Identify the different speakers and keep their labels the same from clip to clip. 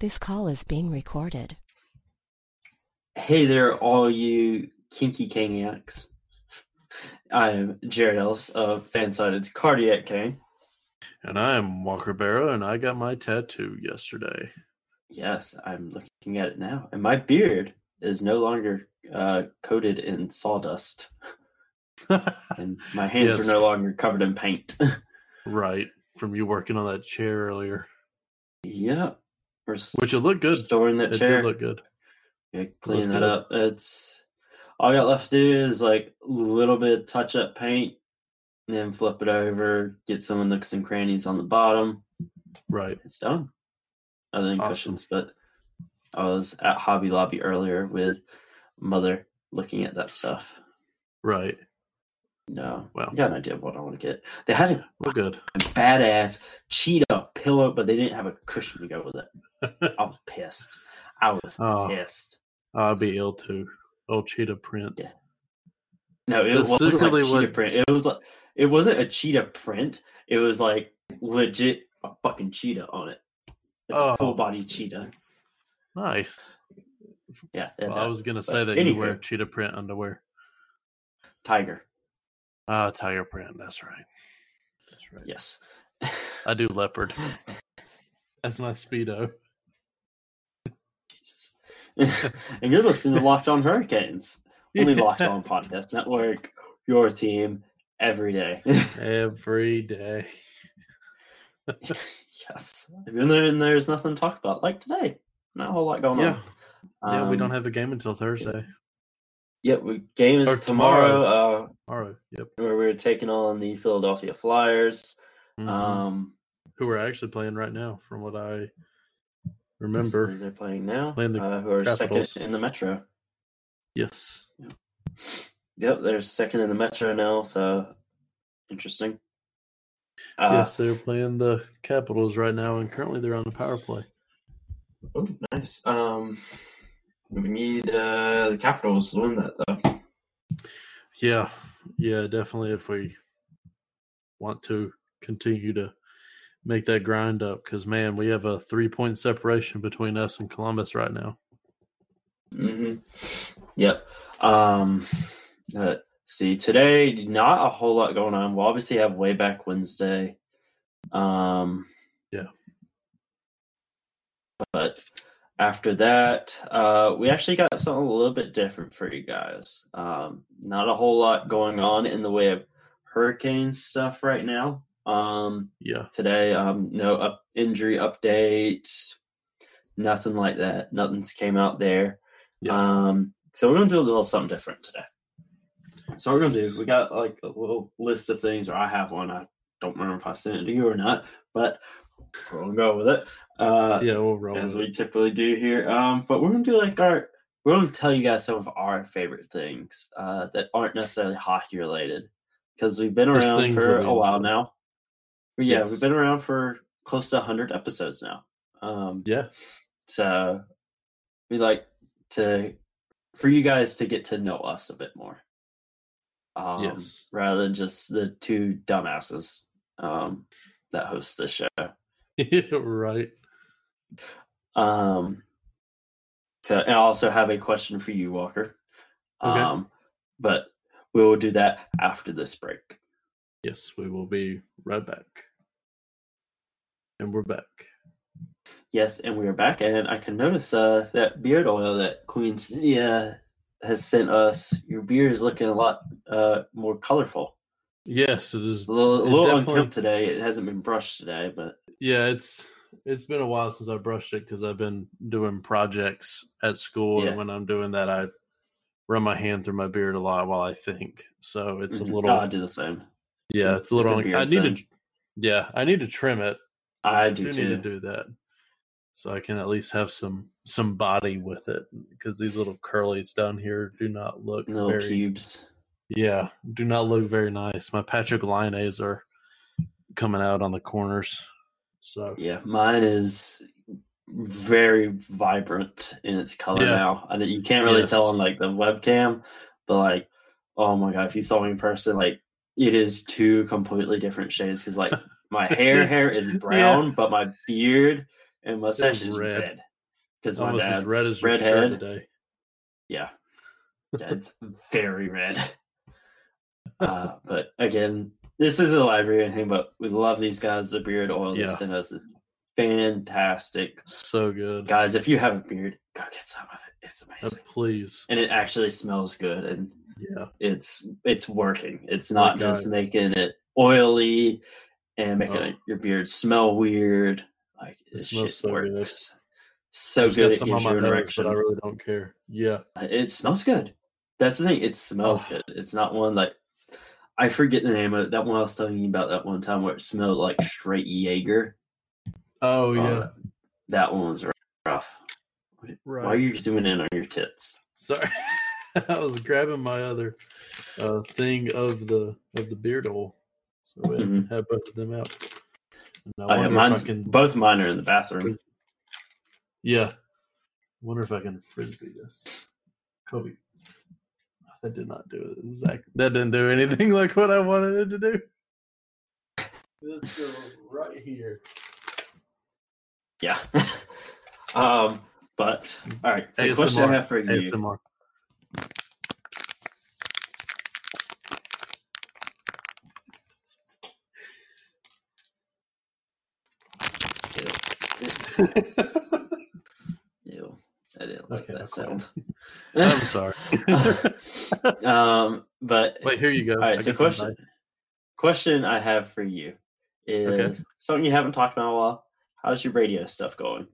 Speaker 1: This call is being recorded.
Speaker 2: Hey there, all you kinky caniacs. I am Jared Ellis of Fansided's Cardiac Cane.
Speaker 3: And I am Walker Barrow, and I got my tattoo yesterday.
Speaker 2: Yes, I'm looking at it now. And my beard is no longer uh, coated in sawdust. and my hands
Speaker 3: Yes.
Speaker 2: are no longer covered in paint.
Speaker 3: right from you working on that chair earlier,
Speaker 2: yep. We're s-
Speaker 3: which it looked good.
Speaker 2: storing that
Speaker 3: It
Speaker 2: chair.
Speaker 3: did look good.
Speaker 2: Yeah, clean
Speaker 3: Looks
Speaker 2: that
Speaker 3: good.
Speaker 2: up. It's all I got left to do is like a little bit of touch up paint, and then flip it over, get some nooks and crannies on the bottom.
Speaker 3: Right.
Speaker 2: It's done. Other than
Speaker 3: Awesome.
Speaker 2: cushions, but I was at Hobby Lobby earlier with mother looking at that stuff.
Speaker 3: Right.
Speaker 2: No,
Speaker 3: Well,
Speaker 2: I got an idea of what I want to get. They had a
Speaker 3: we're good.
Speaker 2: badass cheetah pillow, but they didn't have a cushion to go with it. I was pissed. I was
Speaker 3: Oh,
Speaker 2: pissed.
Speaker 3: I'll be ill too. Oh, cheetah print.
Speaker 2: No, it
Speaker 3: That's
Speaker 2: wasn't like
Speaker 3: literally
Speaker 2: cheetah
Speaker 3: what-
Speaker 2: print. It was like it wasn't a cheetah print. It was like legit a fucking cheetah on it, like a
Speaker 3: Oh.
Speaker 2: full body cheetah.
Speaker 3: Nice.
Speaker 2: Yeah, that-
Speaker 3: Well, I
Speaker 2: that
Speaker 3: was gonna say that you wear
Speaker 2: anywho.
Speaker 3: cheetah print underwear.
Speaker 2: tiger.
Speaker 3: Ah, tiger print. That's right. That's right.
Speaker 2: Yes,
Speaker 3: I do leopard. That's my speedo.
Speaker 2: Jesus. and you're listening to Locked On Hurricanes, only Locked On Podcast Network. Your team every day.
Speaker 3: Every day.
Speaker 2: yes, even though there's nothing to talk about, like today, not a whole lot going
Speaker 3: Yeah.
Speaker 2: on.
Speaker 3: yeah, we
Speaker 2: Um,
Speaker 3: don't have a game until Thursday.
Speaker 2: Yep, we game
Speaker 3: Or
Speaker 2: is
Speaker 3: tomorrow.
Speaker 2: tomorrow. Uh,
Speaker 3: All right. Yep.
Speaker 2: where we were taking on the Philadelphia Flyers.
Speaker 3: Mhm.
Speaker 2: Um,
Speaker 3: Who are actually playing right now, from what I
Speaker 2: let's see
Speaker 3: remember.
Speaker 2: who they're playing now?
Speaker 3: Playing the
Speaker 2: uh, who are
Speaker 3: Capitals.
Speaker 2: second in the Metro?
Speaker 3: Yes.
Speaker 2: Yep, they're second in the Metro now. So interesting. Uh,
Speaker 3: yes, they're playing the Capitals right now, and currently they're on the power play.
Speaker 2: Oh, nice. Um, we need uh, the Capitals to win that though.
Speaker 3: Yeah, yeah, definitely. If we want to continue to make that grind up, because man, we have a three point separation between us and Columbus right now.
Speaker 2: hmm Yep. Um, uh, see, today not a whole lot going on. We'll obviously have way back Wednesday. Um,
Speaker 3: Yeah.
Speaker 2: But after that, uh, we actually got something a little bit different for you guys. Um, not a whole lot going on in the way of hurricane stuff right now. Um,
Speaker 3: Yeah,
Speaker 2: today. Um, no up injury updates, nothing like that. Nothing's came out there.
Speaker 3: Yeah.
Speaker 2: Um, so we're gonna do a little something different today. So what we're gonna do. We got like a little list of things, or I have one. I don't remember if I sent it to you or not, but we're gonna go with it. Uh,
Speaker 3: yeah, we'll roll.
Speaker 2: as
Speaker 3: with it.
Speaker 2: we typically do here. Um, but we're gonna do like our we're gonna tell you guys some of our favorite things uh, that aren't necessarily hockey related because we've been
Speaker 3: Just
Speaker 2: around
Speaker 3: things
Speaker 2: for
Speaker 3: that we
Speaker 2: a while
Speaker 3: enjoy.
Speaker 2: now. But yeah,
Speaker 3: Yes.
Speaker 2: we've been around for close to hundred episodes now. Um,
Speaker 3: Yeah,
Speaker 2: so we like to for you guys to get to know us a bit more. Um,
Speaker 3: Yes.
Speaker 2: Rather than just the two dumbasses um, that host this show.
Speaker 3: right.
Speaker 2: Um, so, and I also have a question for you, Walker.
Speaker 3: Okay.
Speaker 2: Um, but we will do that after this break.
Speaker 3: Yes, we will be right back, and we're back.
Speaker 2: Yes, and we are back, and I can notice uh, that beard oil that Queen Cydia has sent us. Your beard is looking a lot uh, more colorful.
Speaker 3: Yes, it is
Speaker 2: A little, a
Speaker 3: It
Speaker 2: little
Speaker 3: definitely-
Speaker 2: unkempt today. It hasn't been brushed today, but
Speaker 3: Yeah, it's it's been a while since I brushed it because I've been doing projects at school,
Speaker 2: Yeah.
Speaker 3: and when I'm doing that, I run my hand through my beard a lot while I think. So it's a
Speaker 2: Mhm.
Speaker 3: little,
Speaker 2: I do the same.
Speaker 3: yeah,
Speaker 2: a-
Speaker 3: it's a little.
Speaker 2: it's a
Speaker 3: un- I
Speaker 2: beard
Speaker 3: need to,
Speaker 2: thing.
Speaker 3: yeah, I need to trim it.
Speaker 2: I do,
Speaker 3: need to
Speaker 2: too.
Speaker 3: do that, so I can at least have some some body with it because these little curlies down here do not look
Speaker 2: Little
Speaker 3: very.
Speaker 2: pubes.
Speaker 3: Yeah, do not look very nice. My Patrick Lines are coming out on the corners, so
Speaker 2: Yeah, mine is very vibrant in its color
Speaker 3: Yeah.
Speaker 2: now. I, you can't really
Speaker 3: Yes.
Speaker 2: tell on like the webcam, but like, oh my god, if you saw me in person, like it is two completely different shades. Because like my hair hair is brown, but my beard and mustache is
Speaker 3: red.
Speaker 2: red. because my
Speaker 3: Almost as
Speaker 2: dad's
Speaker 3: red as your shirt
Speaker 2: redhead.
Speaker 3: today.
Speaker 2: Yeah, dad's very red. Uh, but again, this isn't a library or anything, but we love these guys. The beard oil
Speaker 3: Yeah.
Speaker 2: they sent us is fantastic.
Speaker 3: So good.
Speaker 2: Guys, if you have a beard, go get some of it. It's
Speaker 3: Uh,
Speaker 2: amazing.
Speaker 3: please.
Speaker 2: And it actually smells good and
Speaker 3: Yeah.
Speaker 2: it's it's working. It's not
Speaker 3: Like,
Speaker 2: just making it oily and making
Speaker 3: Oh.
Speaker 2: it, your beard smell weird. Like
Speaker 3: It
Speaker 2: this
Speaker 3: smells
Speaker 2: shit
Speaker 3: so good.
Speaker 2: works. So
Speaker 3: I've got
Speaker 2: good it
Speaker 3: some on
Speaker 2: gives you
Speaker 3: my
Speaker 2: an
Speaker 3: nose,
Speaker 2: erection. Uh,
Speaker 3: but I really don't care. Yeah.
Speaker 2: It smells good. That's the thing. It smells
Speaker 3: Oh.
Speaker 2: good. It's not one like I forget the name of it. That one I was telling you about that one time where it smelled like straight Jaeger.
Speaker 3: Oh yeah.
Speaker 2: Uh, that one was rough.
Speaker 3: right.
Speaker 2: Why are you zooming in on your tits?
Speaker 3: Sorry. I was grabbing my other uh, thing of the of the beard hole. So I
Speaker 2: Mhm.
Speaker 3: had both of them out. And I
Speaker 2: Oh, yeah,
Speaker 3: wonder if
Speaker 2: mine's,
Speaker 3: I can-
Speaker 2: Both mine are in the bathroom.
Speaker 3: Yeah. Wonder if I can frisbee this. Kobe. That did not do it. Zach. That didn't do anything like what I wanted it to do. Let's go right here.
Speaker 2: Yeah. um, but all right. So the question I
Speaker 3: ASMR.
Speaker 2: have for you.
Speaker 3: ASMR.
Speaker 2: Ew, I didn't like
Speaker 3: Okay,
Speaker 2: that
Speaker 3: cool.
Speaker 2: sound.
Speaker 3: I'm sorry.
Speaker 2: um, but
Speaker 3: Wait, here you go.
Speaker 2: all right.
Speaker 3: I
Speaker 2: So
Speaker 3: guess I'm
Speaker 2: question,
Speaker 3: nice.
Speaker 2: question I have for you is
Speaker 3: Okay.
Speaker 2: something you haven't talked about in a while. How's your radio stuff going?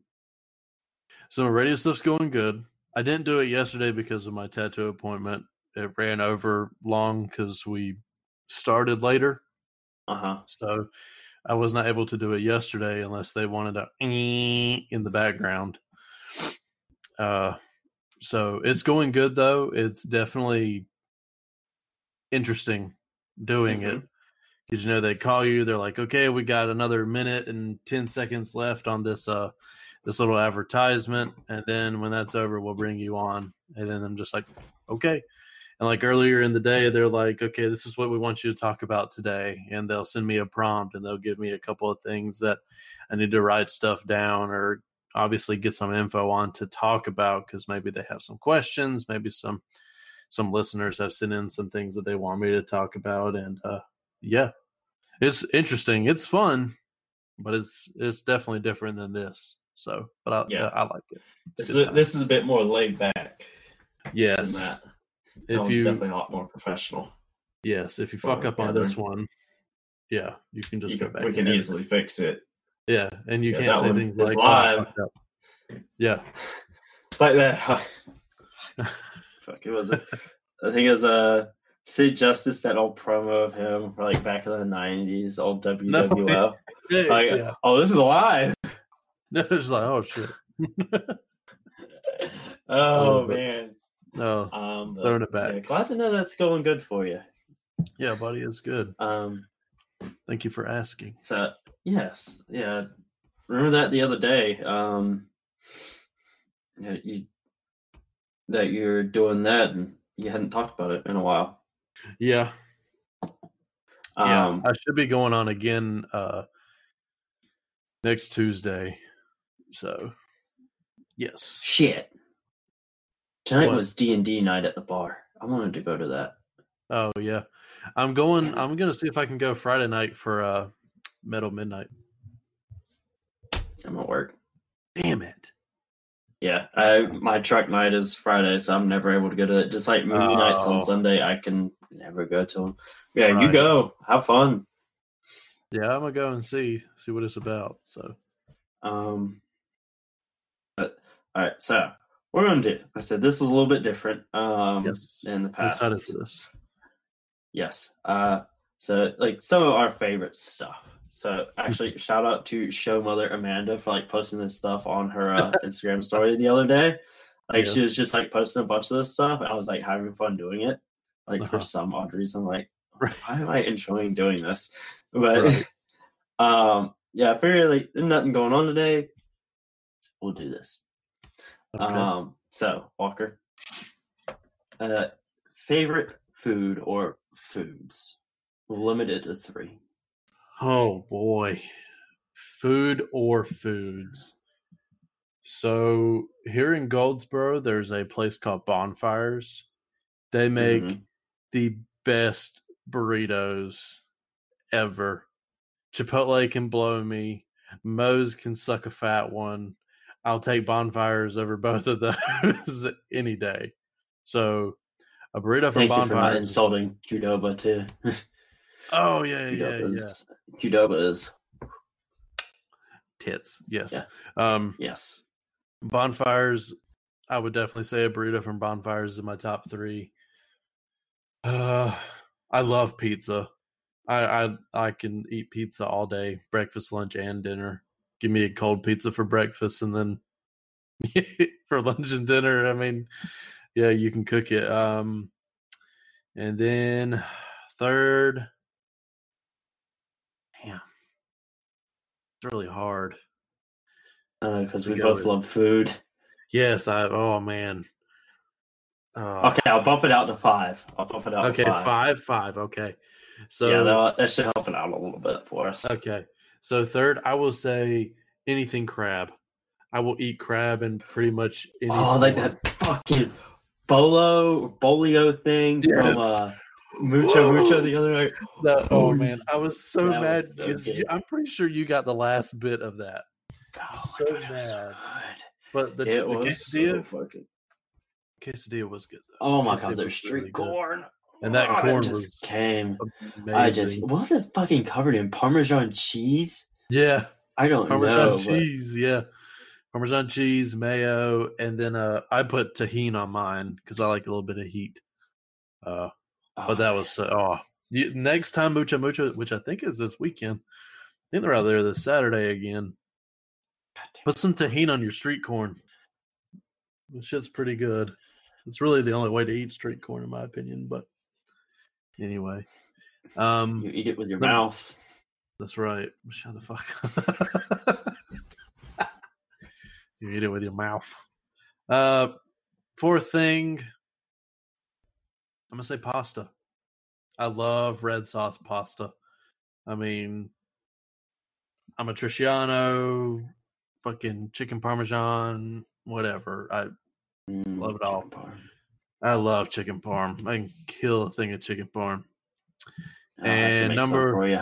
Speaker 3: So my radio stuff's going good. I didn't do it yesterday because of my tattoo appointment. It ran over long because we started later.
Speaker 2: Uh huh.
Speaker 3: So I was not able to do it yesterday unless they wanted a in the background. Uh, so it's going good though. It's definitely interesting doing it because you know they call you. They're like, okay, we got another minute and ten seconds left on this uh this little advertisement, and then when that's over, we'll bring you on. And then I'm just like, okay. And like earlier in the day, they're like, okay, this is what we want you to talk about today. And they'll send me a prompt and they'll give me a couple of things that I need to write stuff down or obviously get some info on to talk about because maybe they have some questions. Maybe some some listeners have sent in some things that they want me to talk about. And uh yeah. It's interesting. It's fun, but it's it's definitely different than this. So but I yeah,
Speaker 2: Yeah.
Speaker 3: I like it. It's
Speaker 2: This
Speaker 3: good
Speaker 2: is,
Speaker 3: time.
Speaker 2: this is a bit more laid back
Speaker 3: yes.
Speaker 2: than that. That
Speaker 3: If
Speaker 2: one's
Speaker 3: you
Speaker 2: definitely a lot more professional.
Speaker 3: Yes, if you
Speaker 2: Well,
Speaker 3: fuck up on this
Speaker 2: together.
Speaker 3: one, yeah, you can just
Speaker 2: You
Speaker 3: go
Speaker 2: can-
Speaker 3: back.
Speaker 2: we
Speaker 3: and
Speaker 2: can
Speaker 3: edit it.
Speaker 2: easily fix it.
Speaker 3: Yeah, and you
Speaker 2: Yeah,
Speaker 3: can't
Speaker 2: that
Speaker 3: say
Speaker 2: one
Speaker 3: things
Speaker 2: is
Speaker 3: like oh, I
Speaker 2: live.
Speaker 3: fucked up. Yeah,
Speaker 2: It's like that. Fuck, it was. A, I think it was uh, Sid Justice that old promo of him, like back in the nineties, old WWF.
Speaker 3: yeah,
Speaker 2: Like,
Speaker 3: yeah.
Speaker 2: oh, this is live.
Speaker 3: it's like oh shit,
Speaker 2: Oh
Speaker 3: Oh, but-
Speaker 2: man.
Speaker 3: no,
Speaker 2: Um, but,
Speaker 3: throwing it
Speaker 2: yeah,
Speaker 3: back.
Speaker 2: glad to know that's going good for you.
Speaker 3: Yeah, buddy, it's good.
Speaker 2: Um,
Speaker 3: Thank you for asking.
Speaker 2: so yes, yeah. Remember that the other day. Um, yeah, you that you're doing that and you hadn't talked about it in a while.
Speaker 3: Yeah, yeah,
Speaker 2: Um,
Speaker 3: I should be going on again uh next Tuesday. So, yes,
Speaker 2: Shit. Tonight
Speaker 3: What?
Speaker 2: was D and D night at the bar. I wanted to go to that.
Speaker 3: oh yeah, I'm going. I'm gonna see if I can go Friday night for uh Metal Midnight.
Speaker 2: I'm at work.
Speaker 3: Damn it.
Speaker 2: Yeah,
Speaker 3: Oh.
Speaker 2: I my truck night is Friday, so I'm never able to go to it. Just like movie nights
Speaker 3: Oh.
Speaker 2: on Sunday, I can never go to them. Yeah,
Speaker 3: Right.
Speaker 2: you go. Have fun.
Speaker 3: Yeah, I'm gonna go and see see what it's about. So
Speaker 2: Um, but all right, so we're gonna do. I said this is a little bit different. Um,
Speaker 3: yes,
Speaker 2: in the
Speaker 3: I'm
Speaker 2: past.
Speaker 3: excited for this.
Speaker 2: Yes. Uh, so like some of our favorite stuff. So actually, shout out to Show Mother Amanda for like posting this stuff on her uh, Instagram story the other day. Like she
Speaker 3: Yes.
Speaker 2: was just like posting a bunch of this stuff. I was like having fun doing it. Like
Speaker 3: Uh-huh.
Speaker 2: for some odd reason, like
Speaker 3: Right.
Speaker 2: why am I enjoying doing this? But
Speaker 3: Right.
Speaker 2: um, yeah, I figured like there's nothing going on today. We'll do this.
Speaker 3: Okay.
Speaker 2: Um, so Walker, uh, favorite food or foods? Limited to three.
Speaker 3: oh boy, food or foods. So here in Goldsboro, there's a place called Bonfires. They make
Speaker 2: Mhm.
Speaker 3: the best burritos ever. Chipotle can blow me. Moe's can suck a fat one. I'll take bonfires over both of those any day. So a burrito from
Speaker 2: Thank you for not
Speaker 3: bonfires.
Speaker 2: insulting Qdoba too.
Speaker 3: oh yeah, yeah, yeah.
Speaker 2: Qdoba's, Qdoba is
Speaker 3: Tits. Yes.
Speaker 2: Yeah.
Speaker 3: Um
Speaker 2: yes.
Speaker 3: Bonfires, I would definitely say a burrito from Bonfires is in my top three. Uh, I love pizza. I, I I can eat pizza all day, breakfast, lunch, and dinner. Give me a cold pizza for breakfast, and then for lunch and dinner. I mean, yeah, you can cook it. Um, and then third, damn, it's really hard.
Speaker 2: because Uh, we
Speaker 3: Go
Speaker 2: both
Speaker 3: with-
Speaker 2: love food.
Speaker 3: Yes, I. Oh man. Uh,
Speaker 2: Okay, I'll bump it out to five. I'll bump it out.
Speaker 3: Okay.
Speaker 2: to
Speaker 3: Five.
Speaker 2: five.
Speaker 3: Five. Okay. So.
Speaker 2: yeah, that, that should help it out a little bit for us.
Speaker 3: okay. So third, I will say anything crab. I will eat crab and pretty much any.
Speaker 2: Oh, like
Speaker 3: form.
Speaker 2: that fucking bolo bolio thing from
Speaker 3: Yes.
Speaker 2: uh, Mucho
Speaker 3: Whoa.
Speaker 2: Mucho the other night.
Speaker 3: That- oh man, I was so
Speaker 2: That
Speaker 3: mad
Speaker 2: was so
Speaker 3: because
Speaker 2: good.
Speaker 3: you- I'm pretty sure you got the last bit of that.
Speaker 2: Oh
Speaker 3: So
Speaker 2: my God, it was so
Speaker 3: bad.
Speaker 2: good.
Speaker 3: But the,
Speaker 2: it
Speaker 3: the
Speaker 2: was so
Speaker 3: quesadilla,
Speaker 2: fucking.
Speaker 3: quesadilla was good. Though.
Speaker 2: Oh my
Speaker 3: Quesadilla
Speaker 2: god, there's
Speaker 3: was
Speaker 2: street
Speaker 3: really good.
Speaker 2: corn.
Speaker 3: And that
Speaker 2: Oh, it
Speaker 3: corn
Speaker 2: just
Speaker 3: was
Speaker 2: came. I just
Speaker 3: amazing.
Speaker 2: was it fucking covered in Parmesan cheese.
Speaker 3: yeah.
Speaker 2: I don't
Speaker 3: Parmesan
Speaker 2: know. but-
Speaker 3: cheese, yeah. Parmesan cheese, mayo, and then uh, I put tahini on mine because I like a little bit of heat. Uh,
Speaker 2: oh,
Speaker 3: but that was so, oh. You, next time Mucha Mucha, which I think is this weekend, I think they're out there this Saturday again. Put some tahini on your street corn. This shit's pretty good. It's really the only way to eat street corn, in my opinion. But anyway, um,
Speaker 2: you eat it with your
Speaker 3: Let me-
Speaker 2: mouth.
Speaker 3: that's right. Shut the fuck up. you eat it with your mouth. Uh, fourth thing, I'm gonna say pasta. I love red sauce pasta. I mean, I'm a Triciano, fucking chicken parmesan, whatever. I
Speaker 2: Mm,
Speaker 3: Love it all.
Speaker 2: chicken parm.
Speaker 3: I love chicken parm. I can kill a thing of chicken parm.
Speaker 2: I'll Oh, have to
Speaker 3: And
Speaker 2: make some
Speaker 3: number-
Speaker 2: for you.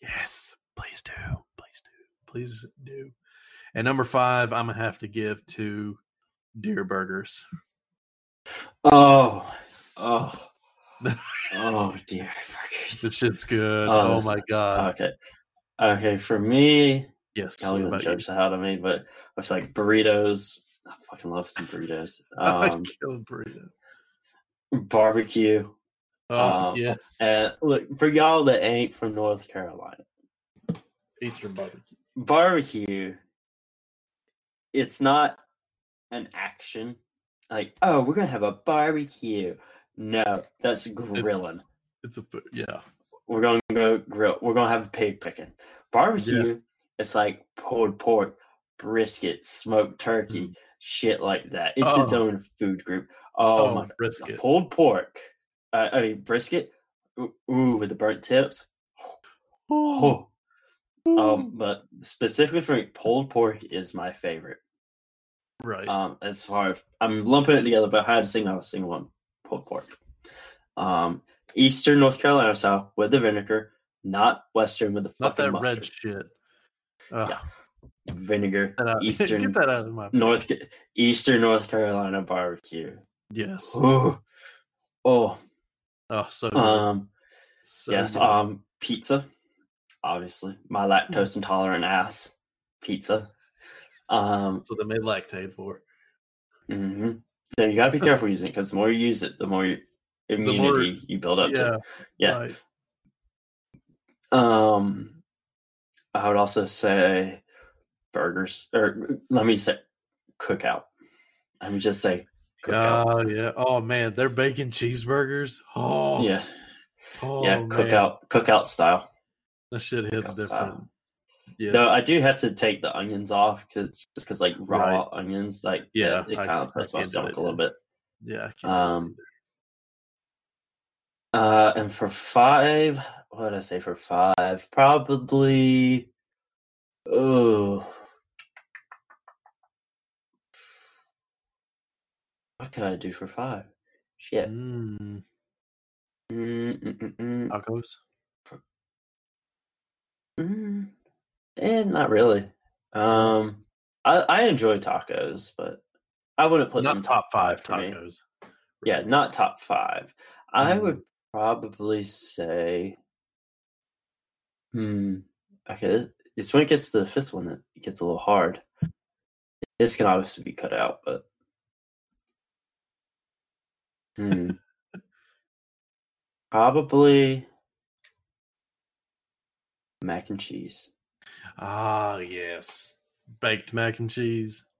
Speaker 3: Yes, please do. Please do. Please do. And number five, I'm gonna have to give to Deer Burgers.
Speaker 2: Oh, oh, oh, dear.
Speaker 3: This
Speaker 2: fuckers.
Speaker 3: shit's good.
Speaker 2: Oh,
Speaker 3: Oh, my god.
Speaker 2: Okay, okay. For me,
Speaker 3: yes.
Speaker 2: Kelly
Speaker 3: what
Speaker 2: wouldn't
Speaker 3: about you?
Speaker 2: judge the out of me, but it's like burritos. I fucking love some burritos.
Speaker 3: I
Speaker 2: Um,
Speaker 3: killed burrito.
Speaker 2: barbecue.
Speaker 3: Oh
Speaker 2: um,
Speaker 3: yes.
Speaker 2: And look for y'all that ain't from North Carolina,
Speaker 3: Eastern barbecue.
Speaker 2: barbecue. It's not an action. Like, oh, we're gonna have a barbecue. No, that's grilling.
Speaker 3: It's a food. Yeah.
Speaker 2: we're gonna go grill. We're gonna have pig picking. Barbecue, it's like pulled pork, brisket, smoked turkey, shit like that. It's its
Speaker 3: Oh.
Speaker 2: own food group. Oh, my god,
Speaker 3: brisket.
Speaker 2: pulled pork. Uh, I mean brisket. Ooh, ooh, with the burnt tips. Oh, um, but specifically for me, pulled pork is my favorite.
Speaker 3: right.
Speaker 2: Um, as far as I'm lumping it together, but if I had to sing, I would sing one pulled pork. Um, Eastern North Carolina style with the vinegar, not Western with the
Speaker 3: Not
Speaker 2: fucking
Speaker 3: that
Speaker 2: mustard.
Speaker 3: red shit. Ugh,
Speaker 2: Yeah. vinegar.
Speaker 3: get that out-
Speaker 2: Eastern
Speaker 3: get that out of my
Speaker 2: North Ca- Eastern North Carolina barbecue.
Speaker 3: Yes.
Speaker 2: Ooh. Oh,
Speaker 3: Oh, so good.
Speaker 2: um,
Speaker 3: So
Speaker 2: yes,
Speaker 3: good.
Speaker 2: um, pizza. Obviously, my lactose
Speaker 3: Mm.
Speaker 2: intolerant ass pizza. Um,
Speaker 3: That's what they made lactate for.
Speaker 2: hmm Then you gotta be careful using it because the more you use it, the more you- immunity you build up
Speaker 3: Yeah.
Speaker 2: to. Yeah.
Speaker 3: Right.
Speaker 2: Um, I would also say burgers, or let me say cookout. Let me just say cookout.
Speaker 3: Oh yeah. Oh man, they're bacon cheeseburgers. Oh
Speaker 2: yeah,
Speaker 3: Oh,
Speaker 2: yeah,
Speaker 3: man.
Speaker 2: cookout, cookout style.
Speaker 3: That shit hits
Speaker 2: Cookout
Speaker 3: different.
Speaker 2: style.
Speaker 3: Yes.
Speaker 2: Though I do have to take the onions off because just because like raw
Speaker 3: Right.
Speaker 2: onions, like
Speaker 3: Yeah,
Speaker 2: it, it
Speaker 3: I-
Speaker 2: kind of
Speaker 3: I
Speaker 2: upsets my
Speaker 3: can't do
Speaker 2: stomach
Speaker 3: it,
Speaker 2: a little bit.
Speaker 3: yeah. I can't
Speaker 2: Um, Uh, and for five, what did I say for five? Probably, oh, What can I do for five? Shit.
Speaker 3: Mm,
Speaker 2: Mm, mm, mm, mm,
Speaker 3: tacos.
Speaker 2: mm. And not really. Um, I, I enjoy tacos, but I wouldn't put them
Speaker 3: Not top five
Speaker 2: to me.
Speaker 3: tacos.
Speaker 2: Yeah, not top 5 I
Speaker 3: Mhm.
Speaker 2: would probably say, hmm, okay, this- it's when it gets to the fifth one that it gets a little hard. This can obviously be cut out, but hmm, probably mac and cheese.
Speaker 3: Ah, yes. Baked mac and cheese.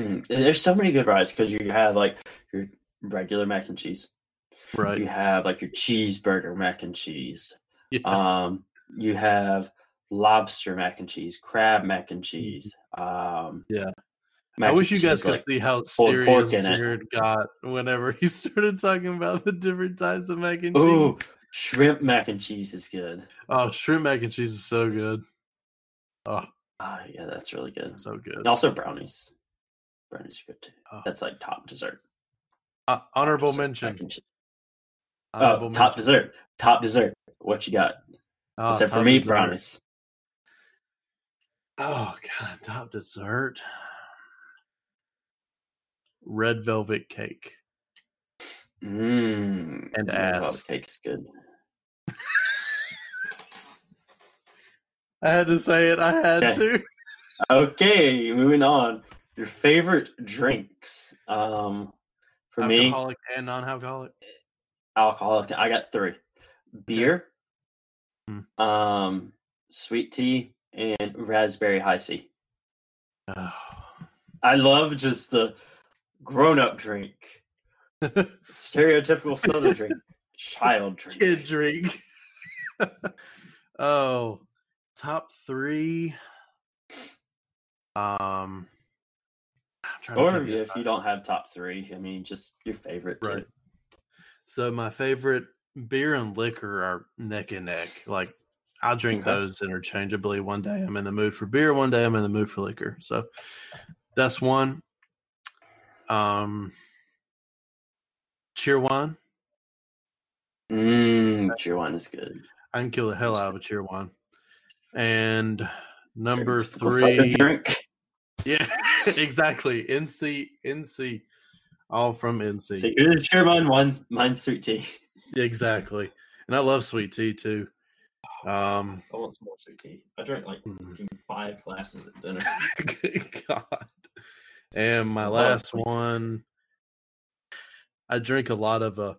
Speaker 2: Mm, There's so many good rides because you have like your regular mac and cheese. You
Speaker 3: Right.
Speaker 2: have like your cheeseburger mac and cheese.
Speaker 3: Yeah.
Speaker 2: Um, you have lobster mac and cheese, crab mac and cheese. Um,
Speaker 3: Mm-hmm. Yeah.
Speaker 2: mac
Speaker 3: I
Speaker 2: and
Speaker 3: wish you guys
Speaker 2: cheese,
Speaker 3: could
Speaker 2: like-
Speaker 3: see how
Speaker 2: pulled pork
Speaker 3: serious
Speaker 2: in it.
Speaker 3: Jared got whenever he started talking about the different types of mac and cheese.
Speaker 2: Ooh, shrimp mac and cheese is good.
Speaker 3: Oh, shrimp mac and cheese is so good. Oh,
Speaker 2: Ah, yeah, that's really good.
Speaker 3: so good.
Speaker 2: And also brownies. Brownies are good too.
Speaker 3: Oh.
Speaker 2: That's like top dessert.
Speaker 3: Uh, honorable
Speaker 2: Dessert, mac
Speaker 3: mention.
Speaker 2: and cheese.
Speaker 3: Honorable
Speaker 2: oh, top
Speaker 3: mention.
Speaker 2: dessert. Top dessert. What you got?
Speaker 3: Ah,
Speaker 2: Except for
Speaker 3: top
Speaker 2: me,
Speaker 3: dessert.
Speaker 2: brownies.
Speaker 3: Oh god, top dessert. Red velvet cake.
Speaker 2: Mmm.
Speaker 3: And ass.
Speaker 2: Cake is good.
Speaker 3: I had to say it. I had
Speaker 2: Okay.
Speaker 3: to.
Speaker 2: Okay, moving on. Your favorite drinks. Um, for me,
Speaker 3: alcoholic and non-alcoholic.
Speaker 2: alcoholic. I got three: beer,
Speaker 3: Hmm.
Speaker 2: um, sweet tea, and raspberry high C. Oh. I love just the grown-up drink,
Speaker 3: Oh.
Speaker 2: stereotypical Southern drink, child drink.
Speaker 3: kid drink. oh, top three. Um, I'm trying to
Speaker 2: Or
Speaker 3: think of-
Speaker 2: if you don't have top three, I mean, just your favorite. too.
Speaker 3: Right. So my favorite beer and liquor are neck and neck. Like I drink
Speaker 2: Okay.
Speaker 3: those interchangeably. One day I'm in the mood for beer, one day I'm in the mood for liquor. So that's one. Um cheer wine.
Speaker 2: Mmm, cheer wine is good.
Speaker 3: I can kill the hell out of a cheer wine. And number
Speaker 2: Stereotypical Southern
Speaker 3: three.
Speaker 2: drink.
Speaker 3: Yeah, exactly. NC NC. All from NC.
Speaker 2: So you're the chairman, mine's, mine's sweet tea.
Speaker 3: Exactly. And I love sweet tea too. Um
Speaker 2: I want some more sweet tea. I drank like
Speaker 3: Hmm.
Speaker 2: five glasses at dinner.
Speaker 3: Good God. And my
Speaker 2: I love
Speaker 3: last
Speaker 2: sweet tea.
Speaker 3: one, I drink a lot of uh,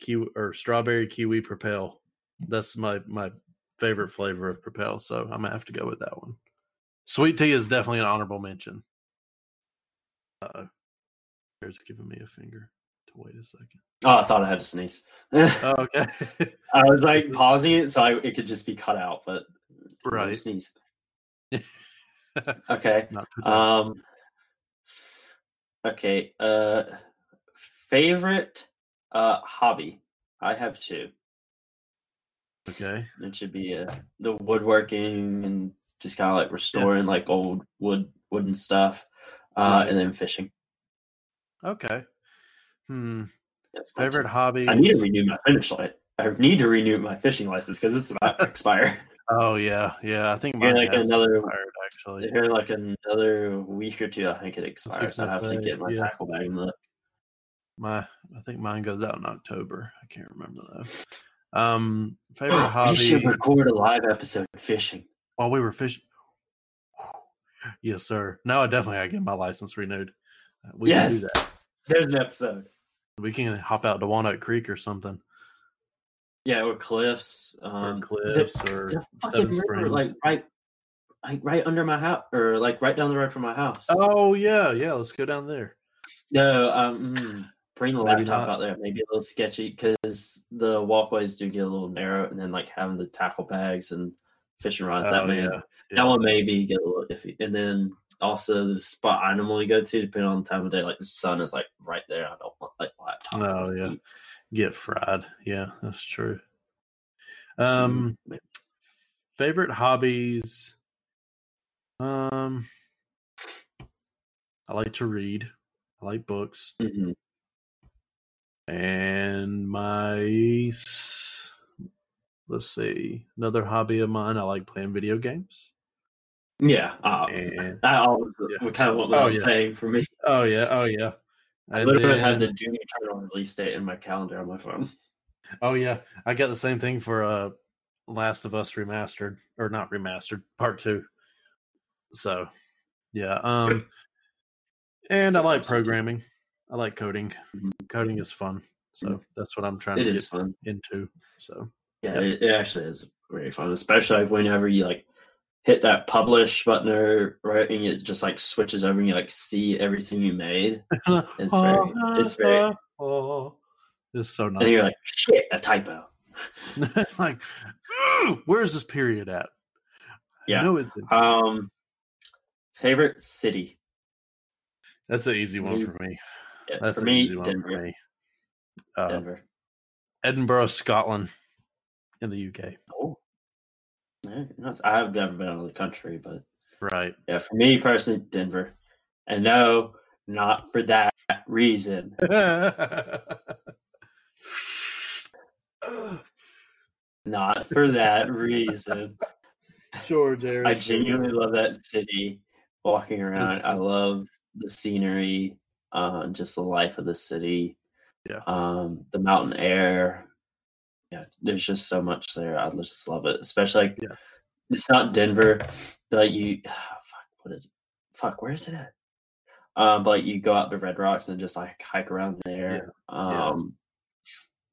Speaker 3: kiwi or strawberry kiwi propel. That's my my favorite flavor of propel, so I'm gonna have to go with that one. Sweet tea is definitely an honorable mention. Uh oh, Bear's giving me a finger to wait a second.
Speaker 2: Oh, I thought I had to sneeze. I
Speaker 3: Oh, okay,
Speaker 2: was like pausing it so I, it could just be cut out, but no
Speaker 3: right.
Speaker 2: sneeze. Okay.
Speaker 3: Not too bad.
Speaker 2: Um. Okay. Uh, favorite uh hobby. I have two.
Speaker 3: okay,
Speaker 2: It should be uh, the woodworking and just kind of like restoring like old wood wooden stuff, uh,
Speaker 3: Right.
Speaker 2: and then fishing.
Speaker 3: okay. Hmm.
Speaker 2: That's my two.
Speaker 3: Favorite hobby.
Speaker 2: I need to renew my finish light. I need to renew my fishing license because it's about to expire.
Speaker 3: Oh yeah, yeah. I think
Speaker 2: Here,
Speaker 3: mine
Speaker 2: like "Oh,
Speaker 3: has
Speaker 2: another,
Speaker 3: expired actually.
Speaker 2: here, like another week or two, I think it expires. I
Speaker 3: gonna
Speaker 2: have to
Speaker 3: say,
Speaker 2: get my
Speaker 3: yeah.
Speaker 2: tackle bag and look.
Speaker 3: My I think mine goes out in October. I can't remember though. Um, favorite
Speaker 2: We
Speaker 3: hobby
Speaker 2: Oh, should record a live episode of fishing.
Speaker 3: while we were fishing. Yes, sir. No, I definitely I get my license renewed. Uh, We
Speaker 2: Yes.
Speaker 3: can do that.
Speaker 2: There's an episode.
Speaker 3: We can hop out to Walnut Creek or something,
Speaker 2: Yeah, or cliffs, um,
Speaker 3: or cliffs, or
Speaker 2: the fucking
Speaker 3: Seven
Speaker 2: river,
Speaker 3: Springs.
Speaker 2: like right, like right under my house, or like right down the road from my house.
Speaker 3: oh yeah, yeah. Let's go down there.
Speaker 2: No, um, mm, bring the
Speaker 3: Maybe
Speaker 2: laptop
Speaker 3: not.
Speaker 2: out there. Maybe a little sketchy because the walkways do get a little narrow, and then like having the tackle bags and fishing rods
Speaker 3: Oh,
Speaker 2: that may
Speaker 3: yeah, yeah.
Speaker 2: that one maybe get a little iffy. And then also the spot I normally go to, depending on the time of day, like the sun is like right there. I don't want like laptop.
Speaker 3: Oh, yeah. get fried. Yeah, that's true. Um,
Speaker 2: maybe.
Speaker 3: favorite hobbies. Um, I like to read. I like books.
Speaker 2: Mhm.
Speaker 3: And my, s- let's see, another hobby of mine, I like playing video games.
Speaker 2: Yeah. Uh,
Speaker 3: And
Speaker 2: I always
Speaker 3: Yeah.
Speaker 2: kind of want
Speaker 3: Oh,
Speaker 2: what I'm
Speaker 3: yeah.
Speaker 2: saying for me.
Speaker 3: oh, yeah. Oh, yeah.
Speaker 2: I
Speaker 3: And
Speaker 2: literally
Speaker 3: then-
Speaker 2: have the Doom Eternal release date in my calendar on my phone.
Speaker 3: Oh yeah, I got the same thing for uh Last of Us remastered or not remastered part 2. So, yeah, um and I
Speaker 2: That's
Speaker 3: like
Speaker 2: awesome, too.
Speaker 3: programming. I like coding.
Speaker 2: Mhm.
Speaker 3: Coding is fun. So,
Speaker 2: Mhm.
Speaker 3: that's what I'm trying
Speaker 2: It
Speaker 3: to
Speaker 2: is
Speaker 3: get
Speaker 2: fun.
Speaker 3: into. So,
Speaker 2: Yeah,
Speaker 3: Yep.
Speaker 2: it, it actually is very fun, especially like whenever you like hit that publish button or right, and it just like switches over and you like see everything you made, It's very-
Speaker 3: Oh,
Speaker 2: it's very- uh,
Speaker 3: It's so
Speaker 2: and you're
Speaker 3: nice.
Speaker 2: like, shit, a typo.
Speaker 3: Like, "Ooh, where's this period at?
Speaker 2: Yeah.
Speaker 3: No, it's
Speaker 2: Um, favorite city
Speaker 3: that's an easy one
Speaker 2: you-
Speaker 3: for me.
Speaker 2: Yeah,
Speaker 3: That's
Speaker 2: for
Speaker 3: an
Speaker 2: me,
Speaker 3: easy one for
Speaker 2: Denver.
Speaker 3: me. Um,
Speaker 2: Denver.
Speaker 3: Edinburgh, Scotland, in the UK.
Speaker 2: Oh, yeah, nice. I've never been out of the country, but
Speaker 3: Right.
Speaker 2: yeah, for me personally, Denver. And no, not for that reason. Not for that reason.
Speaker 3: sure, Jared.
Speaker 2: I genuinely love that city. Walking around, I love the scenery, uh, and just the life of the city.
Speaker 3: Yeah.
Speaker 2: Um, the mountain air. Yeah, there's just so much there. I just love it, especially like
Speaker 3: Yeah.
Speaker 2: it's not Denver, but like you, fuck, what is it? Fuck, where is it at? Um, but like you go out to Red Rocks and just like hike around there.
Speaker 3: Yeah.
Speaker 2: Um,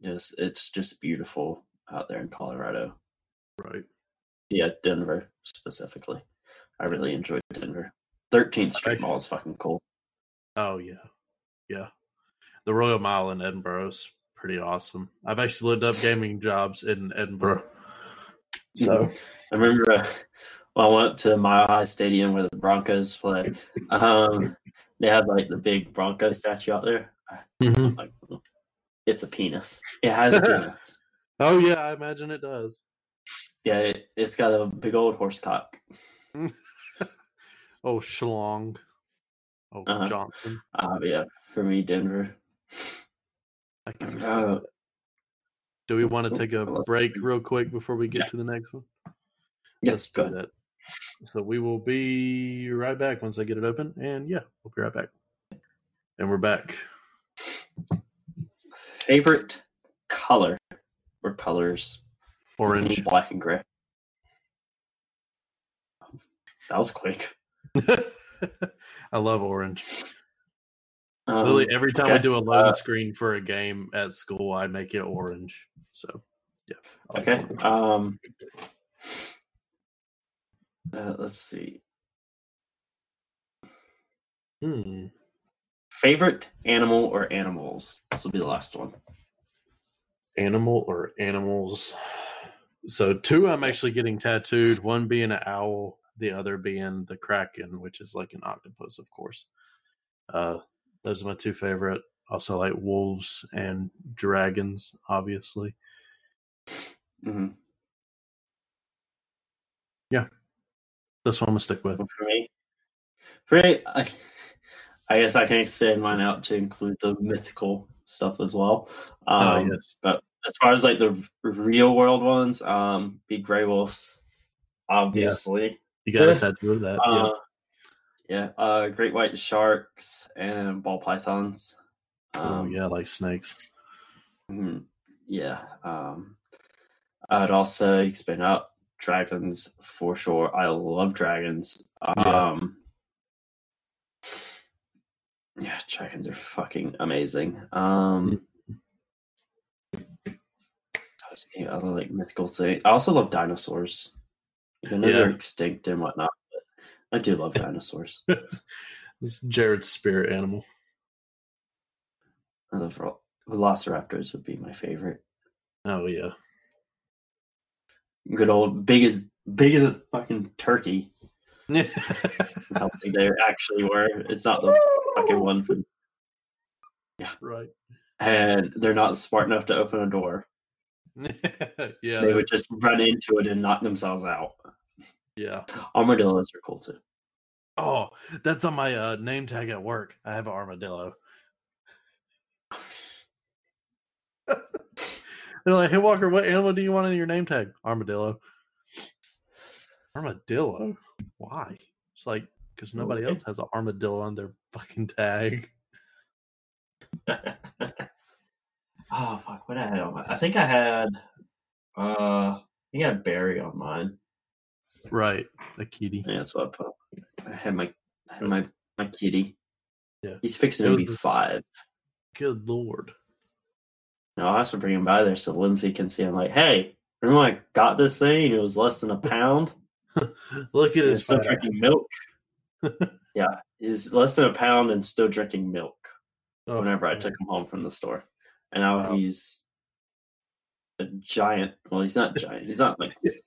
Speaker 2: just it's just beautiful out there in Colorado
Speaker 3: Right.
Speaker 2: yeah, Denver specifically. I really
Speaker 3: Yes.
Speaker 2: enjoyed Denver. Thirteenth Street
Speaker 3: Alright.
Speaker 2: Mall is fucking cool.
Speaker 3: Oh yeah, yeah. The Royal Mile in Edinburgh is pretty awesome. I've actually lived up gaming jobs in Edinburgh. So
Speaker 2: I remember uh, when I went to Mile High Stadium where the Broncos play. Um, they had like the big Bronco statue out there.
Speaker 3: Mhm.
Speaker 2: Like, it's a penis. It has a penis.
Speaker 3: oh yeah, I imagine it does.
Speaker 2: Yeah, it, it's got a big old horse cock.
Speaker 3: Oh Schlong. Oh
Speaker 2: Uh-huh.
Speaker 3: Johnson.
Speaker 2: Uh, but yeah, for me, Denver.
Speaker 3: I can understand
Speaker 2: Uh,
Speaker 3: that. do we want to
Speaker 2: cool.
Speaker 3: take a
Speaker 2: Well, let's-
Speaker 3: break real quick before we get
Speaker 2: Yeah.
Speaker 3: to the next one?
Speaker 2: yes,
Speaker 3: Let's
Speaker 2: go
Speaker 3: do
Speaker 2: ahead.
Speaker 3: that. So we will be right back once I get it open. And yeah, we'll be right back. And we're back.
Speaker 2: Favorite color or colors?
Speaker 3: Orange.
Speaker 2: black, and gray. That was quick.
Speaker 3: I love orange.
Speaker 2: Um,
Speaker 3: Literally every time I
Speaker 2: okay.
Speaker 3: do a load
Speaker 2: Uh,
Speaker 3: screen for a game at school, I make it orange. So yeah. I like
Speaker 2: okay.
Speaker 3: orange.
Speaker 2: Um, uh, let's see.
Speaker 3: Hmm.
Speaker 2: Favorite animal or animals? This will be the last one.
Speaker 3: Animal or animals. So two I'm actually getting tattooed, one being an owl, the other being the kraken, which is like an octopus, of course. Uh those are my two favorite. Also like wolves and dragons, obviously.
Speaker 2: Mm-hmm.
Speaker 3: That's what I'm gonna stick with.
Speaker 2: For me, for me, I, I guess I can expand mine out to include the mythical stuff as well. Um,
Speaker 3: oh yes.
Speaker 2: as far as like the r- real world ones, um, be gray wolves, obviously.
Speaker 3: You got a tattoo of that.
Speaker 2: Uh, yeah, uh, great white sharks and ball pythons.
Speaker 3: yeah.
Speaker 2: Um,
Speaker 3: oh yeah, like snakes.
Speaker 2: mhm, yeah. Um, I'd also expand out dragons for sure. I love dragons.
Speaker 3: Yeah.
Speaker 2: Um, yeah. dragons are fucking amazing. Um, I was thinking other like mythical thing. I also love dinosaurs. I know they're
Speaker 3: Yeah.
Speaker 2: extinct and whatnot, but I do love dinosaurs.
Speaker 3: It's Jared's spirit animal.
Speaker 2: I love vel- Velociraptors would be my favorite.
Speaker 3: Oh yeah.
Speaker 2: Good old big as big as a fucking turkey.
Speaker 3: right.
Speaker 2: That's how big they actually were. It's not the fucking one from, and they're not smart enough to open a door.
Speaker 3: yeah.
Speaker 2: They would just run into it and knock themselves out.
Speaker 3: Yeah.
Speaker 2: Armadillos are cool too.
Speaker 3: Oh, that's on my uh, name tag at work. I have an armadillo. They're like, hey, Walker, what animal do you want in your name tag? Armadillo. Armadillo? Why? It's like, because nobody
Speaker 2: Okay.
Speaker 3: else has an armadillo on their fucking tag.
Speaker 2: oh fuck! What I had on my, I think I had, uh, I think I had Barry on mine.
Speaker 3: Right. A kitty.
Speaker 2: Yeah, that's what I put. I had my, I had my, my kitty.
Speaker 3: Yeah.
Speaker 2: he's fixing
Speaker 3: It
Speaker 2: to
Speaker 3: was
Speaker 2: be
Speaker 3: the-
Speaker 2: five.
Speaker 3: Good lord.
Speaker 2: No, I have to bring him by there so Lindsay can see. him. like, hey, remember when I got this thing? It was less than a pound.
Speaker 3: Look at
Speaker 2: and It's
Speaker 3: his
Speaker 2: still
Speaker 3: fat
Speaker 2: drinking
Speaker 3: ass.
Speaker 2: milk. yeah, is less than a pound and still drinking milk.
Speaker 3: Oh,
Speaker 2: whenever I
Speaker 3: man.
Speaker 2: took him home from the store. And now
Speaker 3: Wow.
Speaker 2: he's a giant. Well, he's not giant. He's not like he's,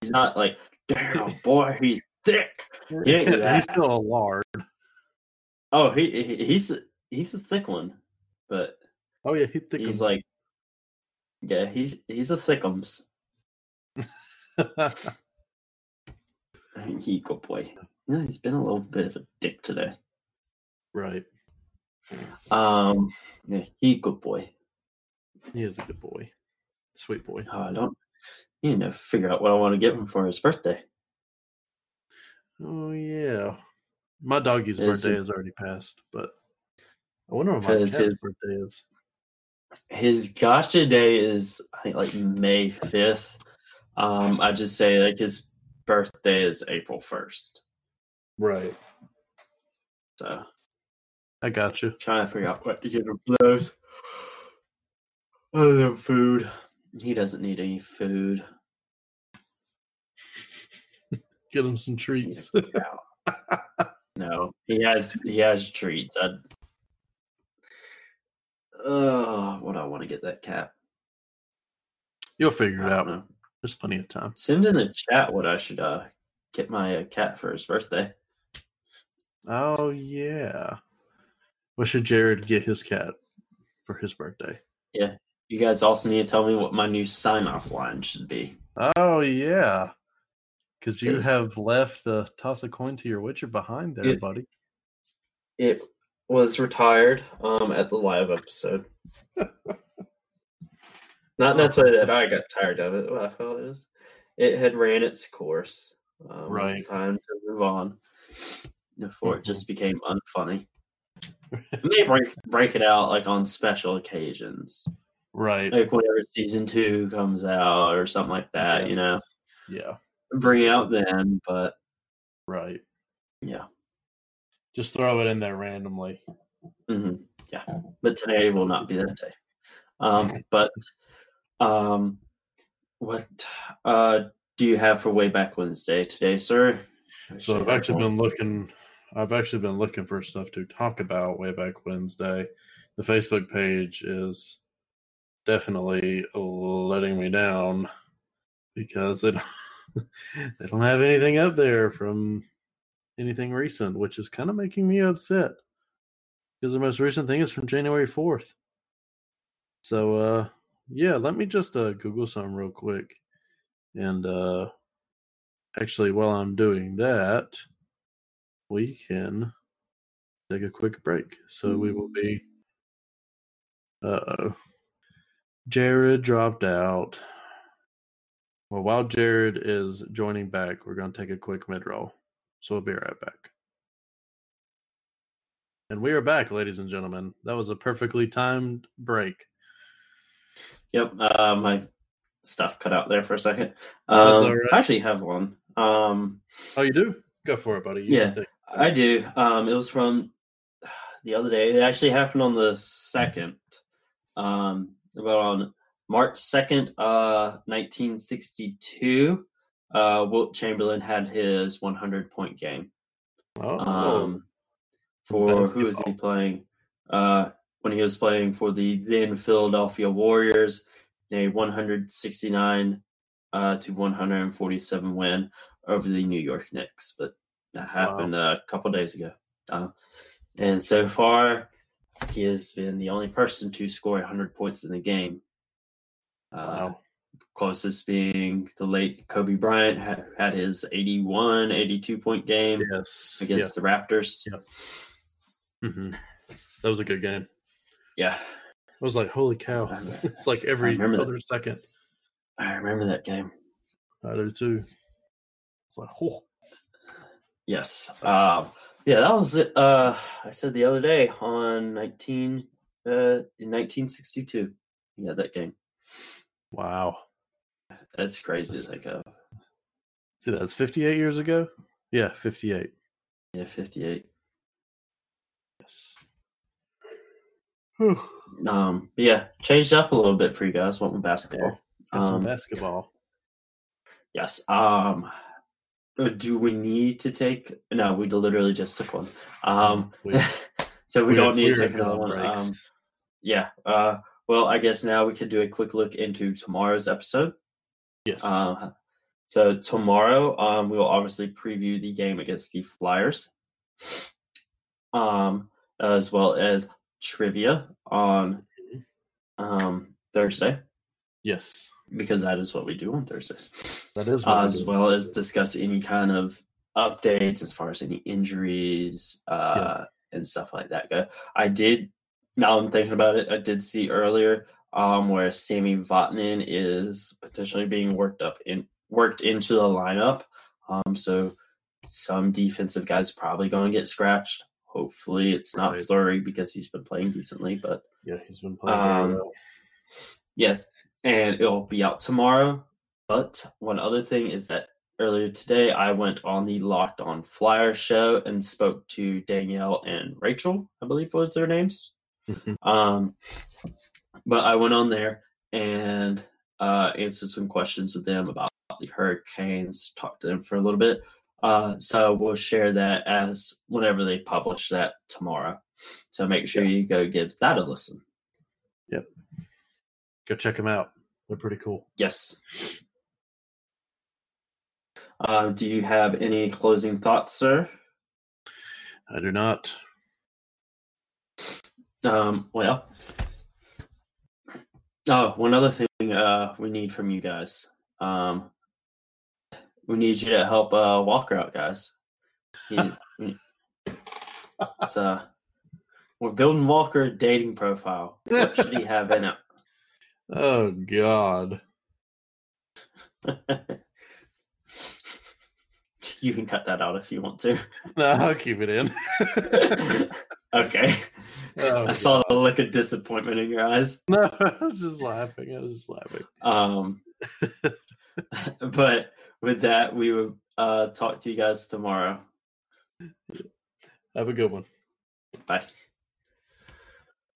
Speaker 2: he's not like damn boy. He's thick. He ain't
Speaker 3: He's
Speaker 2: that.
Speaker 3: still a lard.
Speaker 2: Oh, he, he he's he's a thick one, but
Speaker 3: Oh, yeah. He thick
Speaker 2: he's
Speaker 3: as-
Speaker 2: like yeah, he's he's a thickums. He good boy. No, he's been a little bit of a dick today.
Speaker 3: right.
Speaker 2: Um, yeah, he good boy.
Speaker 3: He is a good boy. Sweet boy.
Speaker 2: Oh, I don't need to figure out what I want to get him for his birthday.
Speaker 3: Oh yeah, my doggie's
Speaker 2: Is
Speaker 3: birthday
Speaker 2: it-
Speaker 3: is already passed, but I wonder what my
Speaker 2: 'Cause
Speaker 3: cat's
Speaker 2: his-
Speaker 3: birthday is.
Speaker 2: his gotcha day is I think like May fifth. Um, I just say like his birthday is April first.
Speaker 3: Right.
Speaker 2: So
Speaker 3: I got you.
Speaker 2: trying to figure out what to get him for those. Other than food, he doesn't need any food.
Speaker 3: Get him some
Speaker 2: He's
Speaker 3: treats.
Speaker 2: a cow. no, he has he has treats. I. Uh, what do I want to get that cat?
Speaker 3: You'll figure
Speaker 2: I
Speaker 3: it
Speaker 2: don't
Speaker 3: out.
Speaker 2: know.
Speaker 3: There's plenty of time.
Speaker 2: Send in the chat what I should uh get my uh, cat for his birthday.
Speaker 3: Oh yeah. What should Jared get his cat for his birthday?
Speaker 2: You guys also need to tell me what my new sign off line should be.
Speaker 3: Oh yeah. Because you
Speaker 2: Yes.
Speaker 3: have left the toss a coin to your witcher behind there,
Speaker 2: Yeah.
Speaker 3: buddy.
Speaker 2: It was retired um, at the live episode. Not necessarily that I got tired of it. What I felt is it had ran its course. Um, It
Speaker 3: Right.
Speaker 2: was time to move on before it just became unfunny. Maybe break, break it out like on special occasions,
Speaker 3: Right.
Speaker 2: like whenever season two comes out or something like that. You
Speaker 3: Yes.
Speaker 2: know,
Speaker 3: Yeah.
Speaker 2: bring it out then. But
Speaker 3: Right.
Speaker 2: yeah.
Speaker 3: Just throw it in there randomly.
Speaker 2: hmm Yeah, but today will not be that day. Um, but um, what uh, do you have for way back Wednesday today, sir?
Speaker 3: So I've actually been looking. I've actually been looking for stuff to talk about way back Wednesday. The Facebook page is definitely letting me down because they don't, they don't have anything up there from anything recent, which is kind of making me upset because the most recent thing is from January fourth. So uh, yeah, let me just uh, Google some real quick and uh, actually while i'm doing that we can take a quick break so we will be
Speaker 2: Mm.
Speaker 3: uh-oh jared dropped out well while jared is joining back we're going to take a quick mid-roll so we'll be right back and we are back ladies and gentlemen that was a perfectly timed break
Speaker 2: Yep, uh, my stuff cut out there for a second. Um,
Speaker 3: That's all right.
Speaker 2: I actually have one. Um,
Speaker 3: oh you do go for it buddy You
Speaker 2: Yeah.
Speaker 3: take-
Speaker 2: I do. Um, it was from the other day. It actually happened on the second, um, about on March second, uh, nineteen sixty-two. Uh, Wilt Chamberlain had his one hundred point game.
Speaker 3: oh,
Speaker 2: Um, for who was he
Speaker 3: Basketball.
Speaker 2: playing? Uh, when he was playing for the then Philadelphia Warriors, in a one hundred sixty-nine uh, to one hundred and forty-seven win over the New York Knicks. But that happened uh a couple days ago. Uh, and so far, he has been the only person to score 100 points in the game. Uh,
Speaker 3: wow
Speaker 2: closest being the late Kobe Bryant had, had his 81, 82 point game
Speaker 3: Yes.
Speaker 2: against the Raptors.
Speaker 3: Yep. hmm That was a good game.
Speaker 2: Yeah,
Speaker 3: I was like, holy cow.
Speaker 2: I remember-
Speaker 3: It's like every
Speaker 2: remember that.
Speaker 3: other second.
Speaker 2: I remember that game.
Speaker 3: I do too. It's like, oh,
Speaker 2: Yes. Um, yeah, that was it. Uh, I said the other day on 19, uh, in 1962. Yeah, that game.
Speaker 3: wow.
Speaker 2: That's crazy.
Speaker 3: That's-
Speaker 2: like uh,
Speaker 3: See, that's 58 years ago? Yeah, 58.
Speaker 2: yeah, 58.
Speaker 3: Yes.
Speaker 2: Um, but yeah, changed up a little bit for you guys. Went with basketball.
Speaker 3: Got some
Speaker 2: Um,
Speaker 3: basketball.
Speaker 2: Yes. Um, uh, do we need to take? No, we literally just took one. Um,
Speaker 3: We-
Speaker 2: so we, don't need
Speaker 3: we're
Speaker 2: to take
Speaker 3: good
Speaker 2: another
Speaker 3: on
Speaker 2: one.
Speaker 3: breaks.
Speaker 2: Um, yeah. Uh, well, I guess now we could do a quick look into tomorrow's episode.
Speaker 3: yes.
Speaker 2: Um, so tomorrow, um, we will obviously preview the game against the Flyers, um, as well as trivia on um, Thursday
Speaker 3: yes.
Speaker 2: because that is what we do on Thursdays,
Speaker 3: That is what
Speaker 2: uh,
Speaker 3: I
Speaker 2: as
Speaker 3: did.
Speaker 2: well as discuss any kind of updates as far as any injuries uh, and stuff like that go. I did. Now I'm thinking about it. I did see earlier um, where Sammy Vatanen is potentially being worked up in worked into the lineup. Um, so some defensive guys probably going to get scratched. Hopefully, it's not
Speaker 3: Right.
Speaker 2: Flurry because he's been playing decently, but
Speaker 3: Yeah, he's been playing very
Speaker 2: um,
Speaker 3: well.
Speaker 2: Yes, and it'll be out tomorrow. But one other thing is that earlier today I went on the Locked On Flyer show and spoke to Danielle and Rachel, I believe was their names.
Speaker 3: Mhm.
Speaker 2: Um, but I went on there and uh, answered some questions with them about the hurricanes, talked to them for a little bit. Uh, so we'll share that as whenever they publish that tomorrow. So make sure you go give that a listen.
Speaker 3: Go check them out. They're pretty cool.
Speaker 2: Yes. Uh, do you have any closing thoughts, sir?
Speaker 3: I do not.
Speaker 2: Um, well, oh, one other thing uh, we need from you guys. Um, we need you to help uh, Walker out, guys. He's, it's, uh, we're building Walker a dating profile. What should he have in
Speaker 3: Oh, God.
Speaker 2: it? you can cut that out if you want to.
Speaker 3: No, I'll keep it in.
Speaker 2: okay.
Speaker 3: Oh,
Speaker 2: I saw the look of disappointment in your eyes.
Speaker 3: No, I was just laughing. I was just laughing.
Speaker 2: Um, but with that, we will uh, talk to you guys tomorrow.
Speaker 3: Have a good one.
Speaker 2: Bye.